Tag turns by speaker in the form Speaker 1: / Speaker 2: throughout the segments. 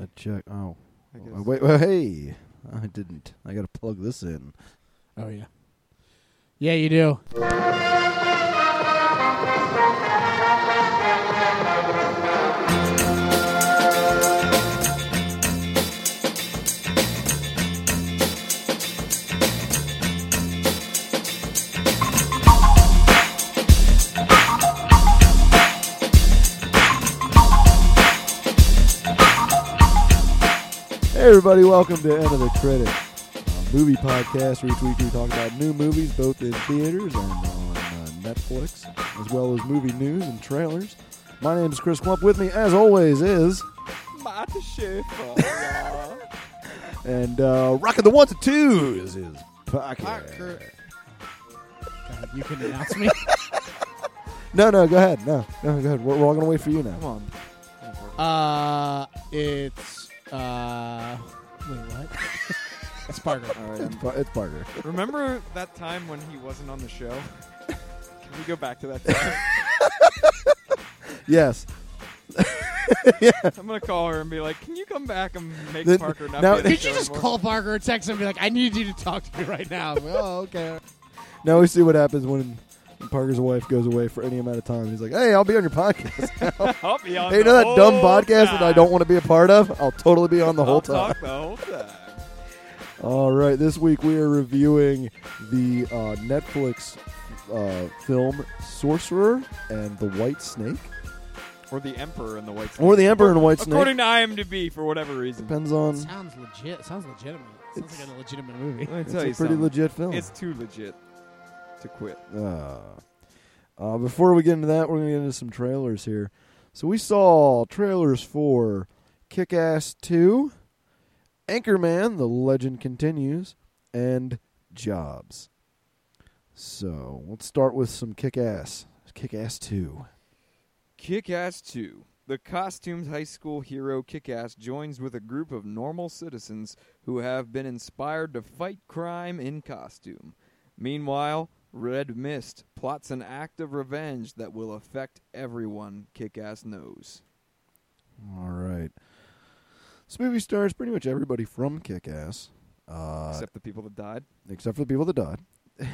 Speaker 1: I check. Oh,
Speaker 2: I
Speaker 1: Well,
Speaker 2: guess.
Speaker 1: wait. Well, hey, I didn't. I gotta plug this in.
Speaker 3: Oh yeah, yeah, you do.
Speaker 1: Hey, everybody, welcome to End of the Credit, a movie podcast. Each week we talk about new movies, both in theaters and on uh, Netflix, as well as movie news and trailers. My name is Chris Klump. With me, as always, is
Speaker 2: Marty Oh, Schaefer.
Speaker 1: and uh, rocking the one to twos is Parker.
Speaker 2: Parker.
Speaker 3: God, you can announce me.
Speaker 1: No, no, go ahead. No, no, go ahead. We're, we're all gonna wait for you
Speaker 2: Come
Speaker 1: now.
Speaker 2: on.
Speaker 3: Uh, it's uh, wait, what? it's Parker.
Speaker 2: All right,
Speaker 1: It's,
Speaker 2: I'm-
Speaker 1: Par- it's Parker.
Speaker 2: remember that time when he wasn't on the show? Can we go back to that? Time?
Speaker 1: Yes.
Speaker 2: I'm gonna call her and be like, "Can you come back and make
Speaker 1: Then-
Speaker 2: Parker not?"
Speaker 1: now-
Speaker 2: be on the
Speaker 3: Did you
Speaker 2: show
Speaker 3: just
Speaker 2: anymore?"
Speaker 3: call Parker or text him and be like, "I need you to talk to me right now"? well, okay.
Speaker 1: Oh, Now we see what happens when Parker's wife goes away for any amount of time. He's like, "Hey, I'll be on your podcast."
Speaker 2: I'll be on
Speaker 1: Hey, you
Speaker 2: the
Speaker 1: know that dumb
Speaker 2: whole
Speaker 1: podcast that I
Speaker 2: time.
Speaker 1: don't want to be a part of? I'll totally be on the whole
Speaker 2: I'll
Speaker 1: time.
Speaker 2: Talk the whole time.
Speaker 1: All right, this week we are reviewing the uh, Netflix uh, film Sorcerer and the White Snake,
Speaker 2: Or the Emperor and the White Snake.
Speaker 1: or the Emperor and White Snake.
Speaker 2: According to IMDb, for whatever reason.
Speaker 1: Depends on.
Speaker 3: Sounds legit. Sounds legitimate. Sounds
Speaker 1: It's-
Speaker 3: like a legitimate movie.
Speaker 2: Let me
Speaker 1: It's
Speaker 2: tell
Speaker 1: a
Speaker 2: you
Speaker 1: pretty
Speaker 2: something.
Speaker 1: legit film.
Speaker 2: It's too legit to quit.
Speaker 1: Uh, uh, before we get into that, we're going to get into some trailers here. So we saw trailers for Kick Ass 2, Anchorman, The Legend Continues, and Jobs. So let's start with some Kick Ass. Kick Ass 2.
Speaker 2: Kick Ass 2. The costumed high school hero Kick Ass joins with a group of normal citizens who have been inspired to fight crime in costume. Meanwhile, Red Mist plots an act of revenge that will affect everyone Kick Ass knows.
Speaker 1: All right. This movie stars pretty much everybody from Kick Ass, uh, except-,
Speaker 2: Except the people that died.
Speaker 1: for the people that died.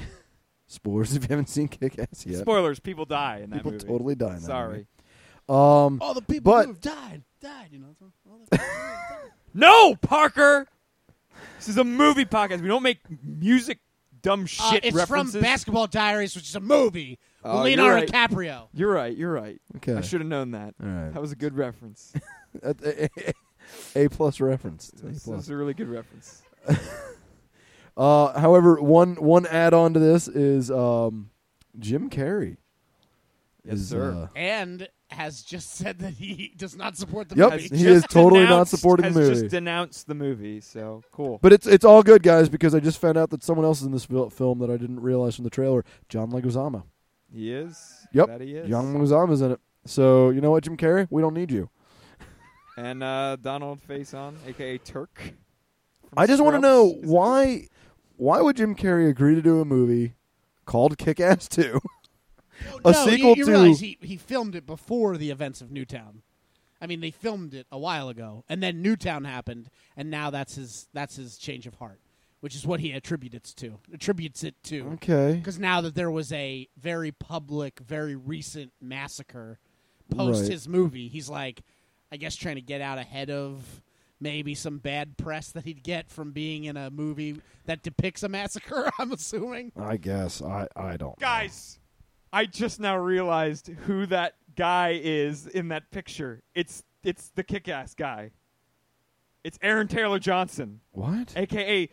Speaker 1: Spoilers if you haven't seen Kick Ass yet.
Speaker 2: Spoilers, people die in that
Speaker 1: people
Speaker 2: movie.
Speaker 1: totally die. in that
Speaker 2: Sorry.
Speaker 1: movie. Um,
Speaker 3: All the people
Speaker 1: But-
Speaker 3: who have died, died. You know. it's all- all the people who have died.
Speaker 2: No, Parker! This is a movie podcast. We don't make music dumb shit
Speaker 3: Uh, it's
Speaker 2: references.
Speaker 3: from Basketball Diaries, which is a movie. with
Speaker 2: Oh,
Speaker 3: Leonardo
Speaker 2: you're right.
Speaker 3: DiCaprio.
Speaker 2: You're right, you're right.
Speaker 1: Okay.
Speaker 2: I should have known that.
Speaker 1: All right.
Speaker 2: That was a good reference.
Speaker 1: A, a- a plus reference. It's an A
Speaker 2: This
Speaker 1: plus.
Speaker 2: is a really good reference.
Speaker 1: Uh, however, one one add on to this is um, Jim Carrey.
Speaker 2: Yes,
Speaker 1: is, uh,
Speaker 2: sir.
Speaker 3: And has just said that he does not support the
Speaker 1: Yep.
Speaker 3: movie.
Speaker 1: He is totally not supporting the
Speaker 2: has
Speaker 1: movie.
Speaker 2: Just denounced the movie, so cool.
Speaker 1: but it's it's all good, guys, because I just found out that someone else is in this fil- film that I didn't realize from the trailer. John Leguizamo.
Speaker 2: he is.
Speaker 1: Yep.
Speaker 2: That he is.
Speaker 1: John Leguizamo's in it. So you know what, Jim Carrey, we don't need you.
Speaker 2: And uh, Donald Faison, aka Turk. from
Speaker 1: I just want to know
Speaker 2: Scrubs. Is-
Speaker 1: why why would Jim Carrey agree to do a movie called Kick Ass Two?
Speaker 3: Oh, No,
Speaker 1: A
Speaker 3: you-
Speaker 1: sequel
Speaker 3: you
Speaker 1: to-
Speaker 3: realize he, he filmed it before the events of Newtown. I mean, they filmed it a while ago, and then Newtown happened, and now that's his that's his change of heart, which is what he attributes to attributes it to.
Speaker 1: Okay.
Speaker 3: Because now that there was a very public, very recent massacre post
Speaker 1: Right.
Speaker 3: his movie, he's like, I guess trying to get out ahead of maybe some bad press that he'd get from being in a movie that depicts a massacre. I'm assuming.
Speaker 1: I guess I I don't. know.
Speaker 2: Guys, I just now realized who that guy is in that picture. It's it's the kick-ass guy. It's Aaron Taylor Johnson.
Speaker 1: What?
Speaker 2: aka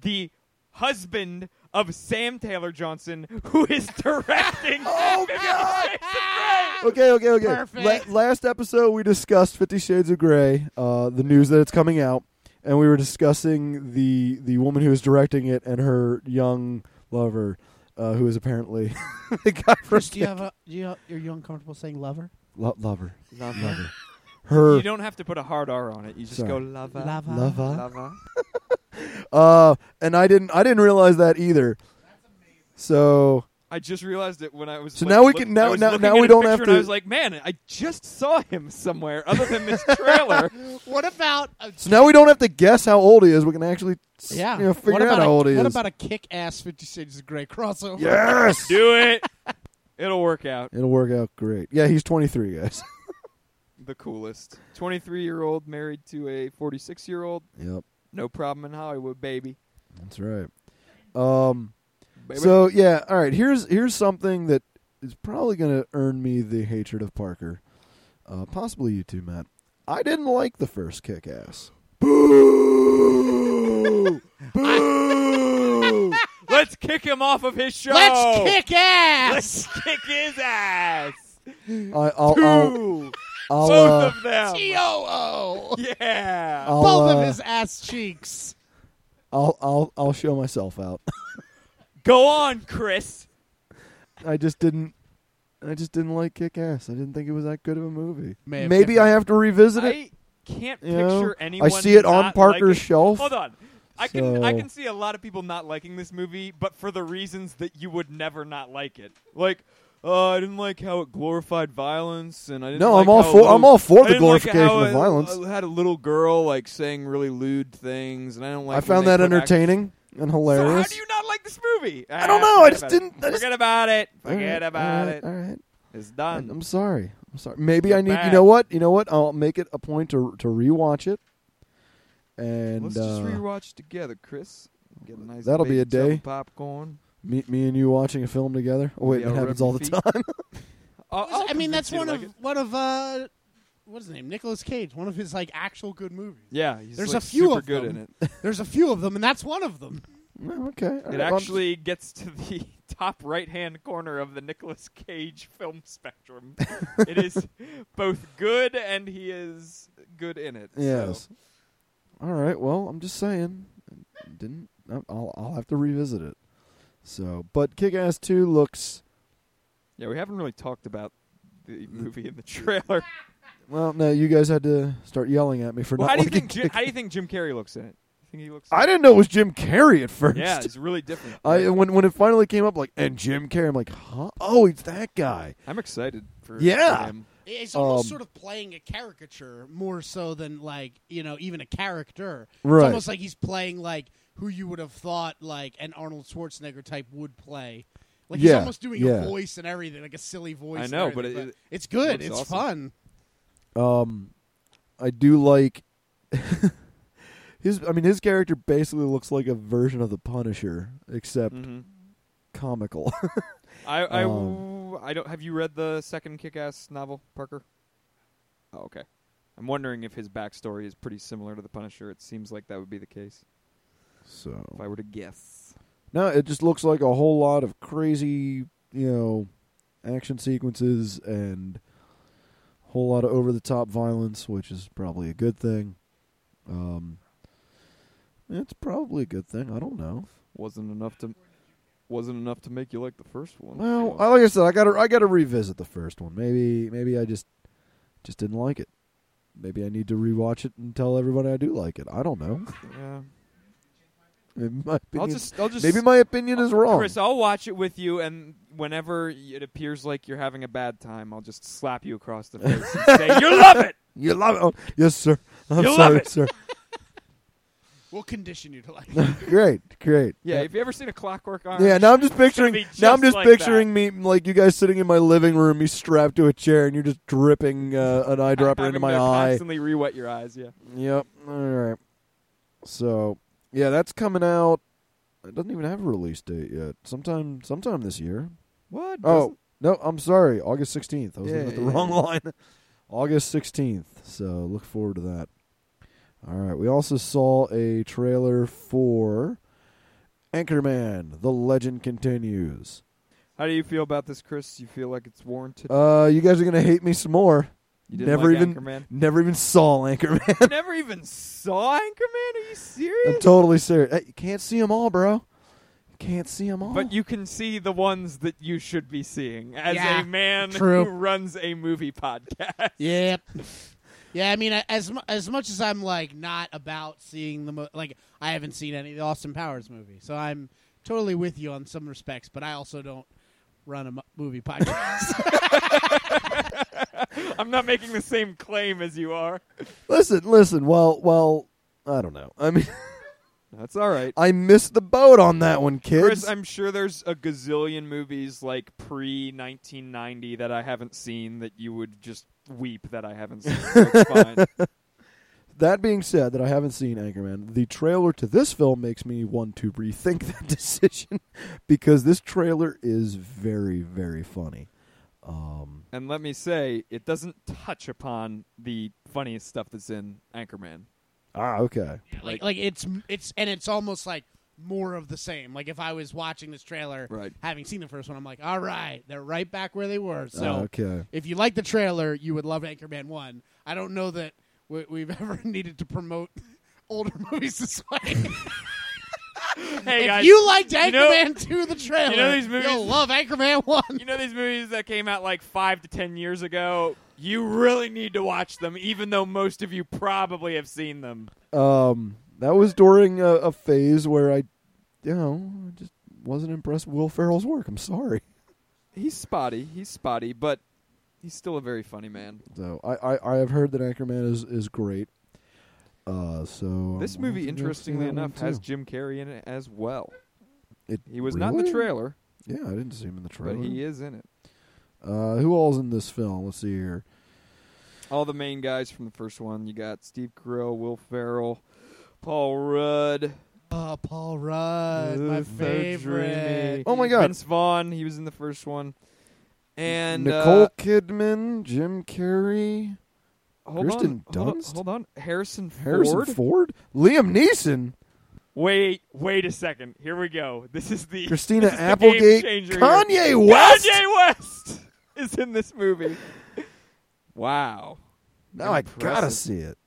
Speaker 2: the husband of Sam Taylor Johnson, who is directing. oh God!
Speaker 1: Okay, okay, okay.
Speaker 3: Perfect.
Speaker 1: La- last episode, we discussed Fifty Shades of Grey, uh, the news that it's coming out, and we were discussing the the woman who is directing it and her young lover, uh, who is apparently the guy from
Speaker 3: Chris, do you have a do you, are you uncomfortable saying lover?
Speaker 1: Lo- lover,
Speaker 2: Lava.
Speaker 1: lover, her
Speaker 2: You don't have to put a hard R on it. You just
Speaker 1: Sorry.
Speaker 2: go lava.
Speaker 3: Lava.
Speaker 1: lover.
Speaker 2: Lava.
Speaker 1: Uh, and I didn't I didn't realize that either. So
Speaker 2: I just realized it when I was.
Speaker 1: So
Speaker 2: like,
Speaker 1: now we
Speaker 2: look-
Speaker 1: can- now-
Speaker 2: I was
Speaker 1: now-
Speaker 2: looking
Speaker 1: now
Speaker 2: at
Speaker 1: we
Speaker 2: a
Speaker 1: don't
Speaker 2: picture
Speaker 1: have
Speaker 2: and
Speaker 1: to-
Speaker 2: I was like, man, I just saw him somewhere other than this trailer.
Speaker 3: What about
Speaker 1: So now we don't have to guess how old he is. We can actually s-
Speaker 3: yeah.
Speaker 1: you know,
Speaker 3: what
Speaker 1: figure
Speaker 3: about
Speaker 1: out how
Speaker 3: a,
Speaker 1: old he
Speaker 3: What
Speaker 1: is.
Speaker 3: about a kick-ass Fifty Shades of Grey crossover?
Speaker 1: yes.
Speaker 2: Do it. It'll work out.
Speaker 1: It'll work out great. Yeah, he's 23, guys.
Speaker 2: The coolest. 23 year old married to a 46 year old.
Speaker 1: yep.
Speaker 2: No problem in Hollywood, baby.
Speaker 1: That's right. Um
Speaker 2: baby.
Speaker 1: So yeah, all right. Here's here's something that is probably going to earn me the hatred of Parker, uh, possibly you too, Matt. I didn't like the first Kick Ass. Boo! Boo!
Speaker 2: Let's kick him off of his show.
Speaker 3: Let's kick ass.
Speaker 2: Let's kick his ass.
Speaker 1: I, I'll, I'll,
Speaker 2: Two.
Speaker 1: I'll,
Speaker 2: Both
Speaker 1: uh,
Speaker 2: of them.
Speaker 3: T-O-O.
Speaker 2: Yeah.
Speaker 1: I'll,
Speaker 3: Both
Speaker 1: uh,
Speaker 3: of his ass cheeks.
Speaker 1: I'll, I'll, I'll show myself out.
Speaker 2: Go on, Chris.
Speaker 1: I just didn't. I just didn't like Kick Ass. I didn't think it was that good of a movie.
Speaker 3: May have
Speaker 1: Maybe
Speaker 3: different-
Speaker 1: I have to revisit it.
Speaker 2: I can't
Speaker 1: you
Speaker 2: picture
Speaker 1: know?
Speaker 2: anyone.
Speaker 1: I see it on
Speaker 2: not
Speaker 1: Parker's
Speaker 2: liking-
Speaker 1: shelf.
Speaker 2: Hold on. I can I
Speaker 1: So-
Speaker 2: can see a lot of people not liking this movie, but for the reasons that you would never not like it. Like, uh, I didn't like how it glorified violence, and I didn't.
Speaker 1: No,
Speaker 2: like
Speaker 1: I'm all
Speaker 2: how
Speaker 1: for-
Speaker 2: little-
Speaker 1: I'm all for
Speaker 2: I
Speaker 1: the
Speaker 2: didn't like
Speaker 1: glorification
Speaker 2: how
Speaker 1: of
Speaker 2: it-
Speaker 1: violence.
Speaker 2: I had a little girl like saying really lewd things, and I don't
Speaker 1: I
Speaker 2: like. when
Speaker 1: found
Speaker 2: they
Speaker 1: that
Speaker 2: put act-
Speaker 1: entertaining and
Speaker 2: So how
Speaker 1: hilarious.
Speaker 2: do you not like this movie? Ah,
Speaker 1: I don't know. I
Speaker 2: forget
Speaker 1: just
Speaker 2: about it.
Speaker 1: didn't. I just, uh,
Speaker 2: Forget about it.
Speaker 1: all right,
Speaker 2: Forget
Speaker 1: all
Speaker 2: about
Speaker 1: right,
Speaker 2: it.
Speaker 1: All right.
Speaker 2: It's
Speaker 1: I-
Speaker 2: done.
Speaker 1: I'm sorry. I'm sorry. Maybe
Speaker 2: You're
Speaker 1: I need.
Speaker 2: back.
Speaker 1: You know what? You know what? I'll make it a point to to rewatch it, and
Speaker 2: Let's
Speaker 1: uh,
Speaker 2: just rewatch together, Chris. Get a nice
Speaker 1: That'll be
Speaker 2: big
Speaker 1: a
Speaker 2: tub of
Speaker 1: day.
Speaker 2: popcorn.
Speaker 1: me me and you watching a film together. Oh wait,
Speaker 2: Yeah,
Speaker 1: that
Speaker 2: rub
Speaker 1: happens
Speaker 2: your
Speaker 1: all the
Speaker 2: feet.
Speaker 1: time.
Speaker 2: Oh, I'll, I'll
Speaker 3: I mean,
Speaker 2: convince
Speaker 3: that's
Speaker 2: you to
Speaker 3: one
Speaker 2: like
Speaker 3: of
Speaker 2: it.
Speaker 3: one of uh, what's his name? Nicolas Cage. One of his like actual good movies.
Speaker 2: Yeah, he's
Speaker 3: There's
Speaker 2: like
Speaker 3: a few
Speaker 2: super
Speaker 3: of
Speaker 2: good
Speaker 3: them.
Speaker 2: in it.
Speaker 3: There's a few of them, and that's one of them.
Speaker 1: No, Oh, okay. all right,
Speaker 2: It
Speaker 1: well, I'm
Speaker 2: actually gets to the top right-hand corner of the Nicolas Cage film spectrum. it is both good and he is good in it.
Speaker 1: just- yes. All right. Well, I'm just saying. I Didn't I'll- I'll I'll have to revisit it. So, but Kick Ass Two looks
Speaker 2: Yeah, we haven't really talked about the movie in the trailer.
Speaker 1: well. No, you guys had to start yelling at me for
Speaker 2: Well,
Speaker 1: not
Speaker 2: how do you
Speaker 1: liking
Speaker 2: think Jim, how do you think Jim Carrey looks in it? You think he looks?
Speaker 1: I didn't know it was Jim Carrey at first.
Speaker 2: yeah, it's really different.
Speaker 1: I when when it finally came up, like, and Jim Carrey, I'm like, huh? Oh, it's that guy.
Speaker 2: I'm excited for
Speaker 1: Yeah.
Speaker 2: him.
Speaker 3: It's almost
Speaker 1: Um,
Speaker 3: sort of playing a caricature more so than like you know even a character.
Speaker 1: Right.
Speaker 3: It's almost like he's playing like who you would have thought like an Arnold Schwarzenegger type would play. Like he's
Speaker 1: Yeah,
Speaker 3: almost doing
Speaker 1: yeah.
Speaker 3: a voice and everything, like a silly voice.
Speaker 2: I
Speaker 3: and
Speaker 2: know, but
Speaker 3: everything,
Speaker 2: it-
Speaker 3: it's good.
Speaker 2: looks
Speaker 3: It's
Speaker 2: awesome.
Speaker 3: fun.
Speaker 1: Um, I do like his. I mean, his character basically looks like a version of the Punisher, except
Speaker 2: Mhm.
Speaker 1: comical.
Speaker 2: I I,
Speaker 1: Mm-hmm. Um,
Speaker 2: I don't. Have you read the second Kick-Ass novel, Parker? Oh, okay. I'm wondering if his backstory is pretty similar to the Punisher. It seems like that would be the case if
Speaker 1: so
Speaker 2: I were to guess.
Speaker 1: no, it just looks like a whole lot of crazy, you know, action sequences and a whole lot of over the top violence, which is probably a good thing. Um, it's probably a good thing. I don't know.
Speaker 2: Wasn't enough to wasn't enough to make you like the first one.
Speaker 1: Well,
Speaker 2: so-
Speaker 1: I- like I said, I gotta I gotta revisit the first one. Maybe maybe I just just didn't like it. Maybe I need to rewatch it and tell everybody I do like it. I don't know.
Speaker 2: yeah.
Speaker 1: Maybe my
Speaker 2: I'll
Speaker 1: opinion,
Speaker 2: just I'll just
Speaker 1: maybe my opinion is wrong.
Speaker 2: Chris, I'll watch it with you, and whenever it appears like you're having a bad time, I'll just slap you across the face and say, "You love it."
Speaker 1: you love it. Oh, yes, sir. I'm
Speaker 2: You love
Speaker 1: sorry,
Speaker 2: it.
Speaker 1: sir.
Speaker 3: We'll condition you to like.
Speaker 1: great, great.
Speaker 2: Yeah, have you ever seen a Clockwork Orange?
Speaker 1: Yeah, now I'm just
Speaker 2: gonna
Speaker 1: picturing.
Speaker 2: be
Speaker 1: now I'm just
Speaker 2: just like
Speaker 1: picturing me like you guys sitting in my living room, me strapped to a chair, and you're just dripping uh, an eyedropper into
Speaker 2: Having
Speaker 1: my
Speaker 2: to
Speaker 1: eye.
Speaker 2: Constantly re-wet your eyes. Yeah.
Speaker 1: Yep. All right. So yeah, that's coming out. It doesn't even have a release date yet. Sometime, sometime this year.
Speaker 2: What?
Speaker 1: Oh no, I'm sorry. August sixteenth. I was looking
Speaker 2: Yeah,
Speaker 1: at the
Speaker 2: yeah,
Speaker 1: wrong
Speaker 2: yeah.
Speaker 1: line. August sixteenth. So look forward to that. All right. We also saw a trailer for Anchorman: The Legend Continues.
Speaker 2: How do you feel about this, Chris? You feel like it's warranted?
Speaker 1: Uh, you guys are gonna hate me some more.
Speaker 2: you didn't
Speaker 1: never
Speaker 2: like
Speaker 1: even-
Speaker 2: Anchorman.
Speaker 1: Never even saw Anchorman.
Speaker 2: You never even saw Anchorman. Are you
Speaker 1: I'm
Speaker 2: serious?
Speaker 1: totally serious. Hey, you can't see them all, bro. You can't see them all.
Speaker 2: But you can see the ones that you should be seeing as
Speaker 3: Yeah,
Speaker 2: a man
Speaker 3: true.
Speaker 2: who runs a movie podcast.
Speaker 3: Yep. Yeah, I mean, I- as mu- as much as I'm like not about seeing the mo- like, I haven't seen any of the Austin Powers movie, so I'm totally with you on some respects. But I also don't run a mo- movie podcast.
Speaker 2: I'm not making the same claim as you are.
Speaker 1: Listen, listen. While while I don't know. I mean,
Speaker 2: That's all right.
Speaker 1: I missed the boat on that one, kids.
Speaker 2: Uh, Chris, I'm sure there's a gazillion movies like pre 1990 that I haven't seen that you would just weep that I haven't seen. So it's fine.
Speaker 1: that being said, that I haven't seen Anchorman, the trailer to this film makes me want to rethink that decision because this trailer is very, very funny. Um,
Speaker 2: And let me say, it doesn't touch upon the funniest stuff that's in Anchorman.
Speaker 1: ah, okay.
Speaker 3: like, like it's it's and it's almost like more of the same. Like if I was watching this trailer,
Speaker 2: Right.
Speaker 3: having seen the first one, I'm like, all right, they're right back where they were. So
Speaker 2: Oh,
Speaker 1: Ah, okay.
Speaker 3: if you like the trailer, you would love Anchorman One. I don't know that we, we've ever needed to promote older movies this way.
Speaker 2: Hey
Speaker 3: if
Speaker 2: guys,
Speaker 3: you liked Anchorman
Speaker 2: you know-
Speaker 3: Two, the trailer,
Speaker 2: these movies-
Speaker 3: will love Anchorman One.
Speaker 2: you know these movies that came out like five to ten years ago. You really need to watch them, even though most of you probably have seen them.
Speaker 1: Um, that was during a, a phase where I, you know, I just wasn't impressed with Will Ferrell's work. I'm sorry.
Speaker 2: He's spotty. He's spotty, but he's still a very funny man.
Speaker 1: So I, I, I have heard that Anchorman is is great. Uh, so
Speaker 2: This
Speaker 1: I'm gonna go
Speaker 2: movie,
Speaker 1: see
Speaker 2: interestingly
Speaker 1: that one,
Speaker 2: enough, has
Speaker 1: too.
Speaker 2: Jim Carrey in it as well.
Speaker 1: It
Speaker 2: He was not in the
Speaker 1: really?
Speaker 2: trailer,
Speaker 1: Yeah, I didn't see him in the trailer.
Speaker 2: but he is in it.
Speaker 1: Uh, who all's in this film? Let's see here.
Speaker 2: All the main guys from the first one. You got Steve Carell, Will Ferrell, Paul Rudd.
Speaker 3: Oh, Paul Rudd, my
Speaker 2: Ooh, so dreamy.
Speaker 3: favorite.
Speaker 1: Oh my God.
Speaker 2: Vince Vaughn. He was in the first one. And
Speaker 1: Nicole
Speaker 2: uh,
Speaker 1: Kidman, Jim Carrey,
Speaker 2: hold
Speaker 1: Kirsten
Speaker 2: on, hold on,
Speaker 1: Dunst?
Speaker 2: Hold on, Harrison Ford.
Speaker 1: Harrison Ford, Liam Neeson,
Speaker 2: Wait, wait a second. Here we go. This is the
Speaker 1: Christina
Speaker 2: this is the game
Speaker 1: Applegate,
Speaker 2: changer here.
Speaker 1: Kanye West.
Speaker 2: Kanye West is in this movie. Wow.
Speaker 1: Now I gotta
Speaker 2: Impressive.
Speaker 1: see it.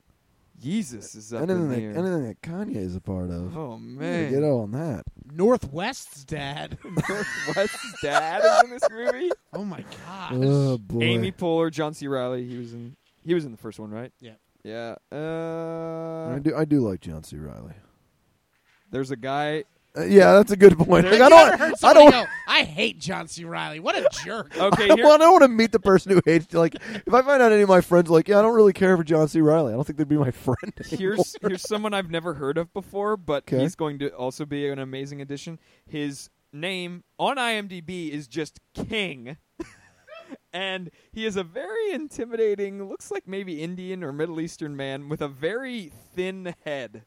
Speaker 2: Jesus is up
Speaker 1: Anything
Speaker 2: in
Speaker 1: that,
Speaker 2: there.
Speaker 1: anything that Kanye is a part of.
Speaker 2: oh
Speaker 1: Gotta
Speaker 2: man,
Speaker 1: Get on that.
Speaker 3: Northwest's dad.
Speaker 2: Northwest's dad is in this movie.
Speaker 3: Oh my gosh.
Speaker 1: Oh boy.
Speaker 2: Ah, Amy Poehler, John C. Riley. He was in. He was in the first one, right?
Speaker 3: Yeah.
Speaker 2: Yeah.
Speaker 1: I
Speaker 2: Uh,
Speaker 1: do. I do like John C. Riley.
Speaker 2: there's a guy.
Speaker 1: yeah, that's a good point.
Speaker 2: There-
Speaker 1: Like, I
Speaker 3: I
Speaker 1: don't.
Speaker 3: heard
Speaker 1: I
Speaker 3: somebody
Speaker 1: don't.
Speaker 3: go, I hate John C. Riley. What a jerk.
Speaker 2: Okay,
Speaker 1: I
Speaker 2: here,
Speaker 1: want, I want to meet the person who hates. Like, if I find out any of my friends, like, yeah, I don't really care for John C. Riley. I don't think they'd be my friend.
Speaker 2: here's here's someone I've never heard of before, but
Speaker 1: 'Kay.
Speaker 2: he's going to also be an amazing addition. His name on IMDb is just King. And he is a very intimidating, looks like maybe Indian or Middle Eastern man with a very thin head.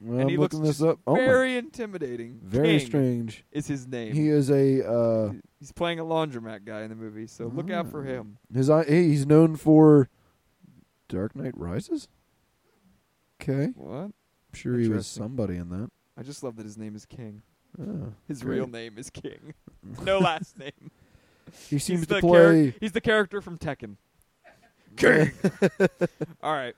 Speaker 1: Well,
Speaker 2: and
Speaker 1: I'm
Speaker 2: he looks
Speaker 1: looking
Speaker 2: just
Speaker 1: this up. Oh, my-
Speaker 2: very intimidating.
Speaker 1: very
Speaker 2: King
Speaker 1: strange.
Speaker 2: is his name.
Speaker 1: He is a. Uh,
Speaker 2: He's playing a laundromat guy in the movie, so look out for him.
Speaker 1: his eye, hey, he's known for Dark Knight Rises. Okay, I'm
Speaker 2: What?
Speaker 1: sure he was
Speaker 2: Interesting.
Speaker 1: somebody in that.
Speaker 2: I just love that his name is King.
Speaker 1: Yeah.
Speaker 2: His
Speaker 1: Great.
Speaker 2: real name is King. No last name.
Speaker 1: He seems
Speaker 2: he's
Speaker 1: to
Speaker 2: the
Speaker 1: play.
Speaker 2: charac- he's the character from Tekken. All right.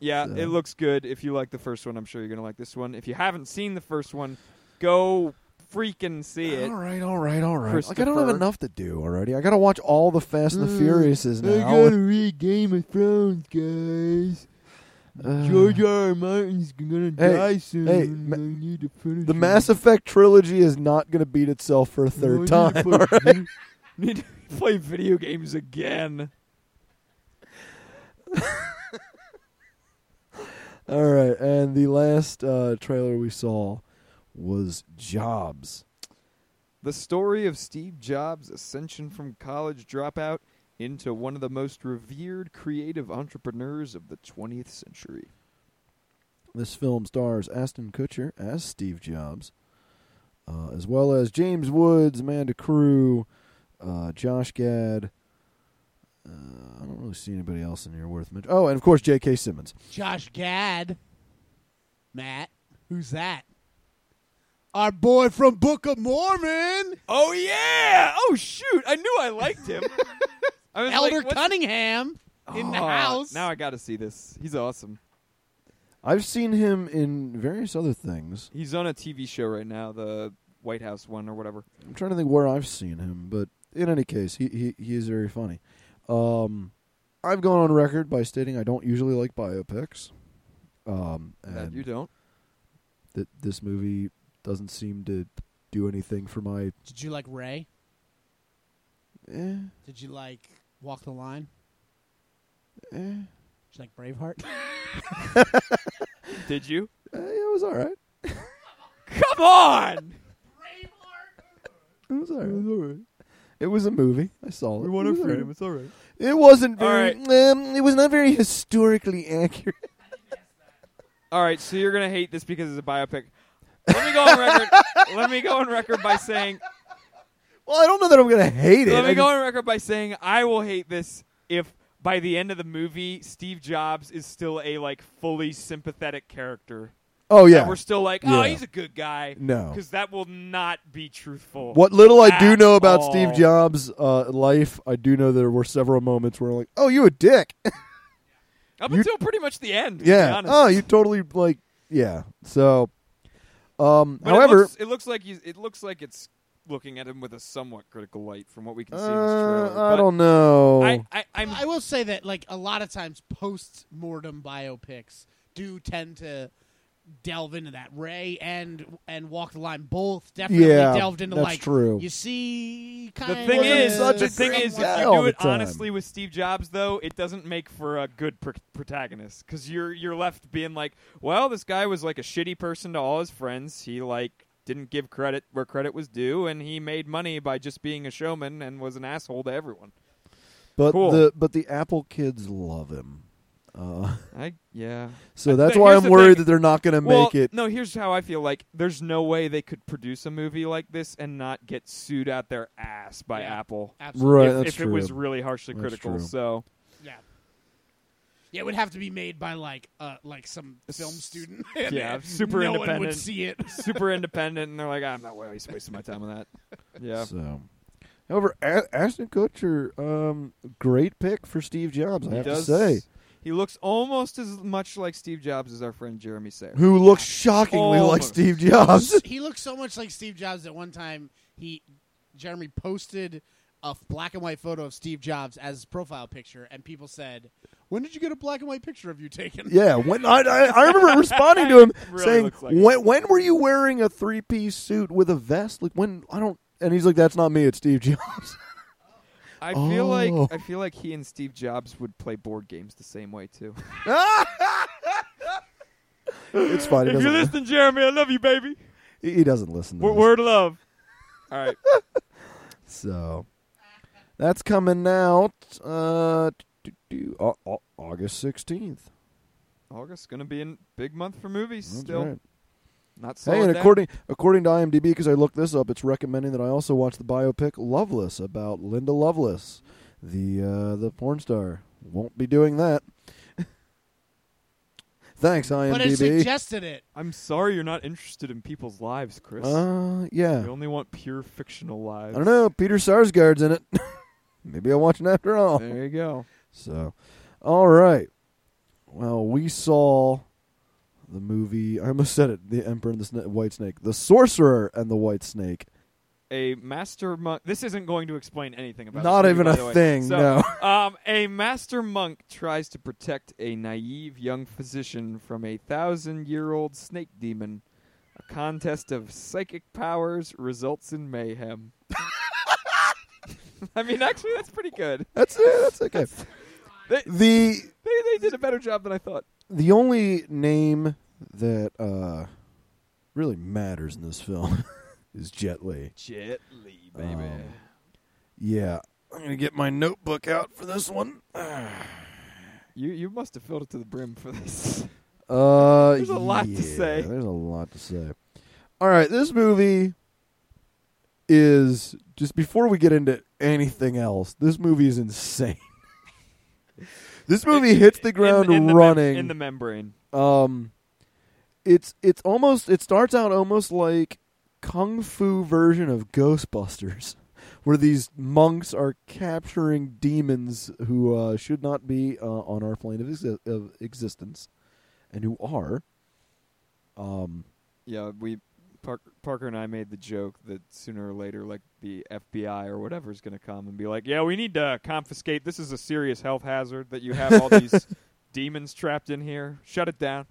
Speaker 2: Yeah,
Speaker 1: So.
Speaker 2: it looks good. If you like the first one, I'm sure you're gonna like this one. If you haven't seen the first one, go freaking see it.
Speaker 1: All right, all right, all right. Like I don't have
Speaker 2: Christopher.
Speaker 1: enough to do already. I got to watch all the Fast and the
Speaker 2: Mm,
Speaker 1: Furiouses now.
Speaker 2: read Game of Thrones, guys.
Speaker 1: Uh,
Speaker 2: R. R. Martin's gonna
Speaker 1: Hey, die
Speaker 2: soon.
Speaker 1: hey, and ma- I
Speaker 2: need to finish
Speaker 1: the Mass Effect trilogy is not going to beat itself for a third time. all right?
Speaker 2: Need to play video games again.
Speaker 1: All right, and the last uh, trailer we saw was Jobs.
Speaker 2: The story of Steve Jobs' ascension from college dropout into one of the most revered creative entrepreneurs of the 20th century.
Speaker 1: This film stars Aston Kutcher as Steve Jobs, uh, as well as James Woods, Amanda Crew, uh, Josh Gad. Uh, I don't really see anybody else in here worth mentioning. Oh, and of course J.K. Simmons.
Speaker 3: Josh Gad. Matt, who's that? Our boy from Book of Mormon,
Speaker 2: Oh yeah! Oh shoot! I knew I liked him. I was
Speaker 3: Elder
Speaker 2: like, what's-
Speaker 3: Cunningham in the
Speaker 2: Oh,
Speaker 3: house.
Speaker 2: Now I got to see this. He's awesome.
Speaker 1: I've seen him in various other things.
Speaker 2: He's on a TV show right now, the White House one or whatever.
Speaker 1: I'm trying to think where I've seen him, but in any case, he he, he is very funny. Um, I've gone on record by stating I don't usually like biopics. Um,
Speaker 2: That
Speaker 1: and
Speaker 2: you don't.
Speaker 1: that this movie doesn't seem to do anything for my.
Speaker 3: Did you like Ray?
Speaker 1: Eh,
Speaker 3: Did you like Walk the Line?
Speaker 1: eh.
Speaker 3: Did you like Braveheart?
Speaker 2: Did you?
Speaker 1: Uh, yeah, it was all right.
Speaker 2: Come on!
Speaker 1: It was all right. It was, a movie. I saw it. it was all right.
Speaker 2: It's all right.
Speaker 1: It wasn't
Speaker 2: All
Speaker 1: very. Um, it was not very historically accurate.
Speaker 2: All right, so you're gonna hate this because it's a biopic. Let me go on record. let me go on record by saying.
Speaker 1: Well, I don't know that I'm gonna hate it.
Speaker 2: Let
Speaker 1: I
Speaker 2: me go
Speaker 1: just-
Speaker 2: on record by saying I will hate this if by the end of the movie Steve Jobs is still a like fully sympathetic character.
Speaker 1: Oh
Speaker 2: And
Speaker 1: yeah.
Speaker 2: we're still like, oh,
Speaker 1: Yeah.
Speaker 2: he's a good guy.
Speaker 1: No.
Speaker 2: because that will not be truthful.
Speaker 1: What little I do
Speaker 2: at
Speaker 1: know about
Speaker 2: all.
Speaker 1: Steve Jobs' uh, life, I do know there were several moments where I'm like, "Oh, you a dick."
Speaker 2: Up
Speaker 1: you-
Speaker 2: until pretty much the end. to be
Speaker 1: yeah.
Speaker 2: honest.
Speaker 1: Oh, you totally like. Yeah. So, um,
Speaker 2: But
Speaker 1: however,
Speaker 2: it looks, it looks like he's, it looks like it's looking at him with a somewhat critical light from what we can see in this
Speaker 1: uh,
Speaker 2: trailer.
Speaker 1: I
Speaker 2: But
Speaker 1: don't know.
Speaker 2: I, I, I'm
Speaker 3: I will say that like a lot of times post mortem biopics do tend to delve into that. Ray and and Walk the Line both definitely
Speaker 1: Yeah,
Speaker 3: delved into
Speaker 1: that's
Speaker 3: like
Speaker 1: true.
Speaker 3: you see
Speaker 2: The
Speaker 3: kind
Speaker 2: thing
Speaker 3: of
Speaker 1: wasn't
Speaker 2: is,
Speaker 1: such
Speaker 2: the
Speaker 1: a
Speaker 2: thing
Speaker 1: great
Speaker 2: is, if
Speaker 1: guy
Speaker 2: you
Speaker 1: all
Speaker 2: do
Speaker 1: the
Speaker 2: it
Speaker 1: time.
Speaker 2: honestly with Steve Jobs, though, it doesn't make for a good pr- protagonist because you're you're left being like, well, this guy was like a shitty person to all his friends. He like didn't give credit where credit was due, and he made money by just being a showman and was an asshole to everyone.
Speaker 1: but
Speaker 2: cool.
Speaker 1: the but the Apple kids love him. Uh,
Speaker 2: I yeah.
Speaker 1: so
Speaker 2: But
Speaker 1: that's
Speaker 2: the-
Speaker 1: why
Speaker 2: here's
Speaker 1: I'm
Speaker 2: the
Speaker 1: worried
Speaker 2: thing.
Speaker 1: that they're not going to
Speaker 2: well,
Speaker 1: make it.
Speaker 2: no. Here's how I feel like there's no way they could produce a movie like this and not get sued out their ass by
Speaker 3: Yeah.
Speaker 2: Apple.
Speaker 3: absolutely
Speaker 1: Right,
Speaker 2: if
Speaker 1: that's
Speaker 2: if it
Speaker 1: true.
Speaker 2: was really harshly
Speaker 1: That's
Speaker 2: critical,
Speaker 1: true.
Speaker 2: so
Speaker 3: yeah. Yeah, it would have to be made by like uh like some film student. and
Speaker 2: yeah, super
Speaker 3: no one
Speaker 2: independent.
Speaker 3: would see it.
Speaker 2: super independent, and they're like, I'm not waste- wasting my time on that. Yeah.
Speaker 1: So, however, A- Ashton Kutcher, um, great pick for Steve Jobs. I have to say,
Speaker 2: He looks almost as much like Steve Jobs as our friend Jeremy Sayer.
Speaker 1: who looks shockingly like
Speaker 2: Almost.
Speaker 1: Steve Jobs.
Speaker 3: he looked so much like Steve Jobs that one time he Jeremy posted a f- black and white photo of Steve Jobs as his profile picture, and people said, "When did you get a black and white picture of you taken?"
Speaker 1: Yeah, when I I, I remember responding to him
Speaker 2: Really
Speaker 1: saying,
Speaker 2: looks like it.
Speaker 1: when, "When were you wearing a three piece suit with a vest? Like when I don't." And he's like, "That's not me. It's Steve Jobs."
Speaker 2: I feel
Speaker 1: Oh.
Speaker 2: like I feel like he and Steve Jobs would play board games the same way too.
Speaker 1: it's fine. He doesn't,
Speaker 2: Jeremy, I love you, baby.
Speaker 1: he he doesn't listen. To this.
Speaker 2: of love. All right.
Speaker 1: So that's coming out uh, do, do, au- au- August sixteenth.
Speaker 2: August's gonna be a big month for movies still. Not so
Speaker 1: Hey, and according according to IMDb, because I looked this up, it's recommending that I also watch the biopic Loveless about Linda Lovelace, the uh, the porn star. Won't be doing that. Thanks,
Speaker 3: but it
Speaker 1: IMDb.
Speaker 3: suggested it.
Speaker 2: I'm sorry you're not interested in people's lives, Chris.
Speaker 1: Uh,
Speaker 2: we
Speaker 1: yeah.
Speaker 2: only want pure fictional
Speaker 1: I
Speaker 2: lives.
Speaker 1: don't know. Peter Sarsgaard's in it. Maybe I'll watch it after all.
Speaker 2: There you go.
Speaker 1: So, all right. Well, we saw the movie. I almost said it. The Emperor and the Sna- White Snake, the Sorcerer and the White Snake.
Speaker 2: a master monk. This isn't going to explain anything about.
Speaker 1: Not
Speaker 2: this movie,
Speaker 1: even
Speaker 2: by
Speaker 1: a
Speaker 2: the way.
Speaker 1: thing,
Speaker 2: So, um, a master monk tries to protect a naive young physician from a thousand-year-old snake demon. A contest of psychic powers results in mayhem. I mean, actually, that's pretty good.
Speaker 1: That's it. That's okay.
Speaker 2: They,
Speaker 1: the
Speaker 2: they they did a better job than I thought.
Speaker 1: the only name that uh, really matters in this film is Jet Li.
Speaker 2: Jet Li,
Speaker 1: baby. Um, Yeah, I'm gonna get my notebook out for this one. Uh,
Speaker 2: you you must have filled it to the brim for this.
Speaker 1: Uh,
Speaker 2: There's a lot to
Speaker 1: yeah,
Speaker 2: say.
Speaker 1: There's a lot to say. All right, this movie is just before we get into anything else. This movie is insane. this movie hits the ground
Speaker 2: in, in the mem-
Speaker 1: running.
Speaker 2: in the membrane.
Speaker 1: um, it's it's almost it starts out almost like kung fu version of Ghostbusters, where these monks are capturing demons who uh, should not be uh, on our plane of, exi- of existence, and who are. Um,
Speaker 2: Yeah, we Parker, Parker and I made the joke that sooner or later, like the FBI or whatever is going to come and be like, "Yeah, we need to confiscate. This is a serious health hazard that you have all these demons trapped in here. Shut it down."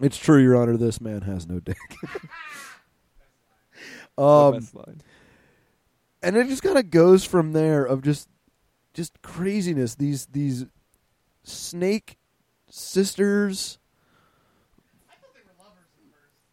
Speaker 1: it's true, Your Honor. This man has no dick.
Speaker 2: Oh,
Speaker 1: um,
Speaker 2: best line.
Speaker 1: and it just kind of goes from there of just just craziness these these snake sisters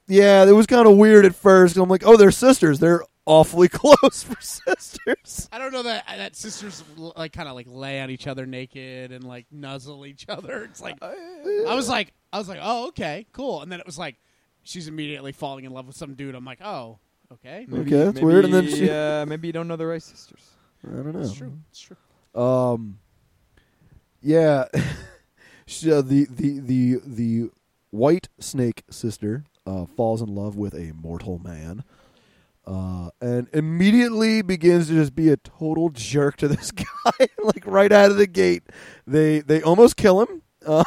Speaker 1: yeah, it was kind of weird at first. I'm like, oh, they're sisters. They're awfully close for sisters.
Speaker 3: I don't know that that sisters like kind of like lay on each other naked and like nuzzle each other. It's like I was like I was like, "Oh, okay. Cool." And then it was like she's immediately falling in love with some dude. I'm like, "Oh, okay."
Speaker 1: Okay, that's weird, and then
Speaker 2: maybe,
Speaker 1: she-
Speaker 2: uh, maybe you don't know the right sisters.
Speaker 1: I don't know.
Speaker 3: It's true. It's true.
Speaker 1: Um, yeah, she, uh, the the the the white snake sister uh, falls in love with a mortal man, uh, and immediately begins to just be a total jerk to this guy. like right out of the gate, they they almost kill him. Uh,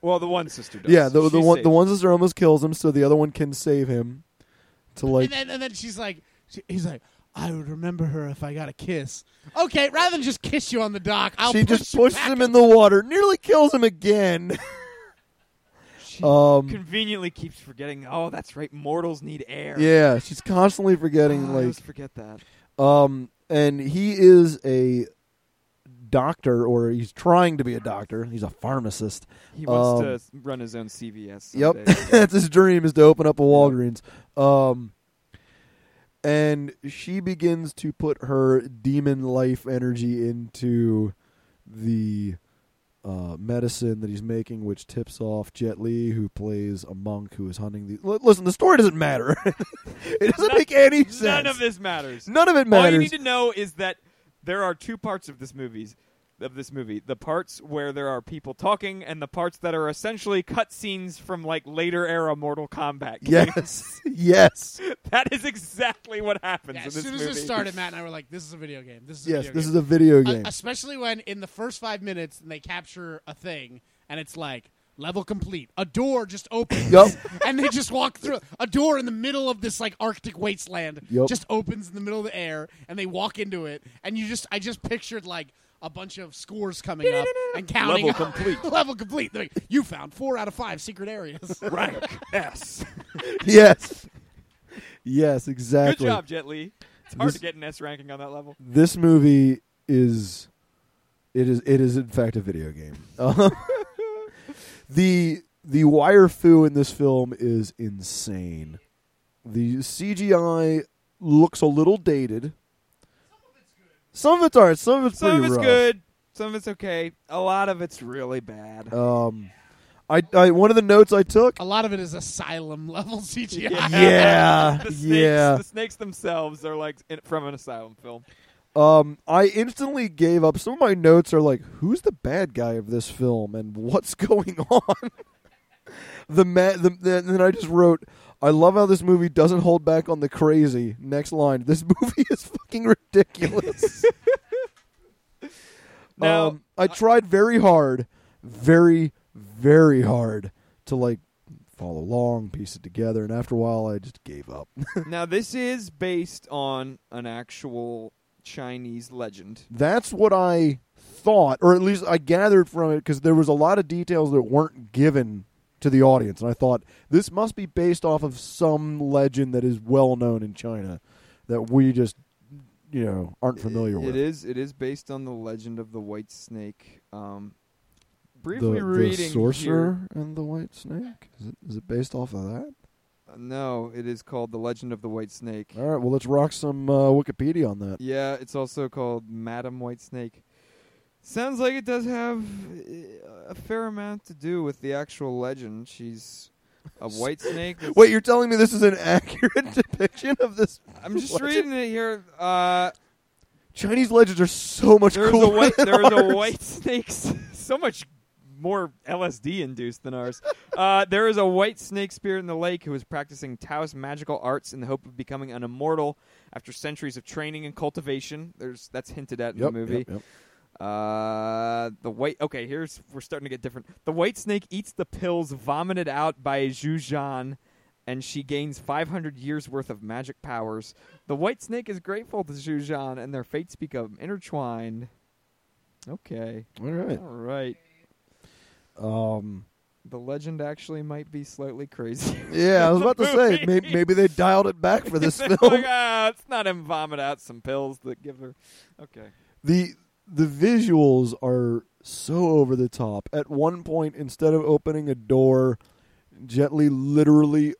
Speaker 2: Well, the one sister does.
Speaker 1: yeah, the the
Speaker 2: She's
Speaker 1: one
Speaker 2: safe.
Speaker 1: the one sister almost kills him, so the other one can save him. To like,
Speaker 3: and then and then she's like she, he's like, "I would remember her if I got a kiss." Okay, rather than just kiss you on the dock, I'll
Speaker 1: she
Speaker 3: push
Speaker 1: just
Speaker 3: you
Speaker 1: pushes
Speaker 3: back
Speaker 1: him in the water, nearly kills him again.
Speaker 2: She
Speaker 1: um,
Speaker 2: conveniently keeps forgetting. Oh, that's right. Mortals need air.
Speaker 1: Yeah, she's constantly
Speaker 2: Oh,
Speaker 1: forgetting
Speaker 2: I
Speaker 1: like
Speaker 2: always forget that.
Speaker 1: um and he is a doctor or he's trying to be a doctor. He's a pharmacist.
Speaker 2: He wants
Speaker 1: um,
Speaker 2: to s- run his own CVS.
Speaker 1: Yep.
Speaker 2: someday.
Speaker 1: That's his dream is to open up a Walgreens. Um and she begins to put her demon life energy into the uh, medicine that he's making, which tips off Jet Li, who plays a monk who is hunting the. L- listen, the story doesn't matter. it doesn't
Speaker 2: None-
Speaker 1: make any sense.
Speaker 2: None of this matters.
Speaker 1: None of it
Speaker 2: All
Speaker 1: matters.
Speaker 2: you need to know is that there are two parts of this movies of this movie. The parts where there are people talking and the parts that are essentially cutscenes from like later era Mortal Kombat. games.
Speaker 1: Yes, yes,
Speaker 2: That is exactly what happens
Speaker 3: Yeah,
Speaker 2: in
Speaker 3: as
Speaker 2: this
Speaker 3: soon as
Speaker 2: movie.
Speaker 3: it started, Matt and I were like, "This is a video game. This is a
Speaker 1: yes.
Speaker 3: video
Speaker 1: This
Speaker 3: game."
Speaker 1: is a video game.
Speaker 3: Uh, especially when in the first five minutes and they capture a thing and it's like level complete. A door just opens
Speaker 1: Yup.
Speaker 3: and they just walk through a door in the middle of this like Arctic wasteland
Speaker 1: Yup.
Speaker 3: just opens in the middle of the air and they walk into it and you just I just pictured like a bunch of scores coming up and counting
Speaker 2: Level
Speaker 3: up.
Speaker 2: complete.
Speaker 3: level complete. They're like, you found four out of five secret areas.
Speaker 2: Rank S.
Speaker 1: yes, yes,
Speaker 2: Good
Speaker 1: exactly.
Speaker 2: job, Jet Li. It's hard
Speaker 1: This-
Speaker 2: to get an S ranking on that level.
Speaker 1: This movie is, it is, it is in fact a video game. Um, the the wire foo in this film is insane. The CGI looks a little dated. Some of it's alright. Some of it's
Speaker 2: Some of
Speaker 1: pretty
Speaker 2: it's
Speaker 1: rough.
Speaker 2: good. Some of it's okay. A lot of it's really bad.
Speaker 1: Um, I, I one of the notes I took.
Speaker 3: A lot of it is asylum level CGI.
Speaker 1: Yeah,
Speaker 2: the snakes,
Speaker 1: yeah.
Speaker 2: the snakes themselves are like in, from an asylum film.
Speaker 1: Um, I instantly gave up. Some of my notes are like, "Who's the bad guy of this film, and what's going on?" the ma- the, the and then I just wrote, "I love how this movie doesn't hold back on the crazy." Next line, this movie is fucking ridiculous.
Speaker 2: Now,
Speaker 1: um, I tried very hard, very very hard to like follow along, piece it together, and after a while, I just gave up.
Speaker 2: now this is based on an actual Chinese legend.
Speaker 1: That's what I thought, or at least I gathered from it, because there was a lot of details that weren't given to the audience, and I thought this must be based off of some legend that is well known in China that we just, you know, aren't familiar
Speaker 2: It-
Speaker 1: with.
Speaker 2: It is. It is based on the legend of the white snake. Um,
Speaker 1: The,
Speaker 2: briefly
Speaker 1: the
Speaker 2: reading here-
Speaker 1: sorcerer and the white snake. Is it, is it based off of that?
Speaker 2: Uh, no, it is called the legend of the white snake.
Speaker 1: All right, well, let's rock some uh, Wikipedia on that.
Speaker 2: Yeah, it's also called Madam White Snake. Sounds like it does have uh, a fair amount to do with the actual legend. She's a white snake. that's-
Speaker 1: Wait, you're telling me this is an accurate depiction of this?
Speaker 2: I'm just
Speaker 1: legend?
Speaker 2: reading it here. Uh,
Speaker 1: Chinese legends are so much
Speaker 2: there's
Speaker 1: cooler.
Speaker 2: a white.
Speaker 1: than
Speaker 2: There's
Speaker 1: ours.
Speaker 2: a white snake. s- So much more LSD induced than ours. uh, there is a white snake spirit in the lake who is practicing Taoist magical arts in the hope of becoming an immortal after centuries of training and cultivation. There's that's hinted at in
Speaker 1: Yep,
Speaker 2: the movie.
Speaker 1: yep, yep.
Speaker 2: Uh, the white. Okay, here's we're starting to get different. The white snake eats the pills vomited out by Zhu Zhan, and she gains 500 years worth of magic powers. The white snake is grateful to Zhu Zhan, and their fates become intertwined. Okay,
Speaker 1: All right.
Speaker 2: all right.
Speaker 1: Um,
Speaker 2: The legend actually might be slightly crazy.
Speaker 1: yeah, I was about to say
Speaker 2: Movie.
Speaker 1: maybe, maybe they dialed it back for this
Speaker 2: Like,
Speaker 1: film.
Speaker 2: ah, let's not him vomit out some pills that give her. Okay.
Speaker 1: the The visuals are so over the top. At one point, instead of opening a door, Jet Li literally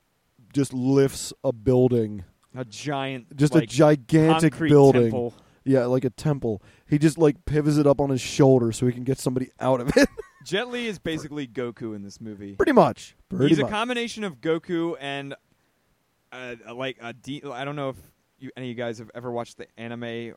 Speaker 1: just lifts a building,
Speaker 2: A giant,
Speaker 1: just a
Speaker 2: like,
Speaker 1: gigantic
Speaker 2: concrete
Speaker 1: building.
Speaker 2: temple.
Speaker 1: Yeah, like a temple. He just like pivots it up on his shoulder so he can get somebody out of it.
Speaker 2: Jet Li is basically Goku in this movie.
Speaker 1: Pretty much. Pretty
Speaker 2: He's a
Speaker 1: much.
Speaker 2: combination of Goku and uh, like a de- I don't know if you, any of you guys have ever watched the anime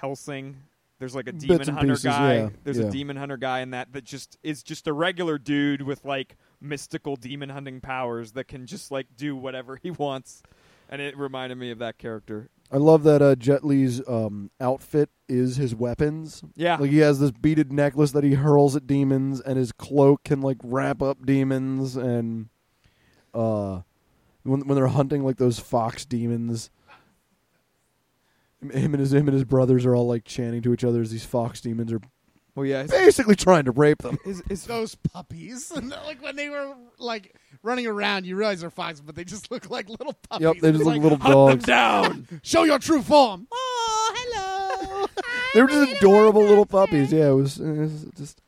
Speaker 2: Hellsing. There's like a
Speaker 1: Bits
Speaker 2: demon
Speaker 1: and
Speaker 2: hunter
Speaker 1: pieces,
Speaker 2: guy.
Speaker 1: yeah,
Speaker 2: There's
Speaker 1: yeah.
Speaker 2: a demon hunter guy in that that just is just a regular dude with like mystical demon hunting powers that can just like do whatever he wants. And it reminded me of that character.
Speaker 1: I love that uh, Jet Li's um, outfit is his weapons.
Speaker 2: Yeah.
Speaker 1: Like he has this beaded necklace that he hurls at demons, and his cloak can like wrap up demons. And uh, when when they're hunting like those fox demons, him and his him and his brothers are all like chanting to each other as these fox demons are
Speaker 2: well, yeah. His,
Speaker 1: basically trying to rape them.
Speaker 2: his, his,
Speaker 3: Those puppies, And, like when they were like running around, you realize they're foxes, but they just look like little puppies.
Speaker 1: Yep, they
Speaker 3: It's
Speaker 1: just look
Speaker 3: like,
Speaker 1: little
Speaker 3: "Hunt
Speaker 1: dogs.
Speaker 3: them down. Show your true form. Oh, hello.
Speaker 1: They were just adorable little puppies. Yeah, it was, it was just.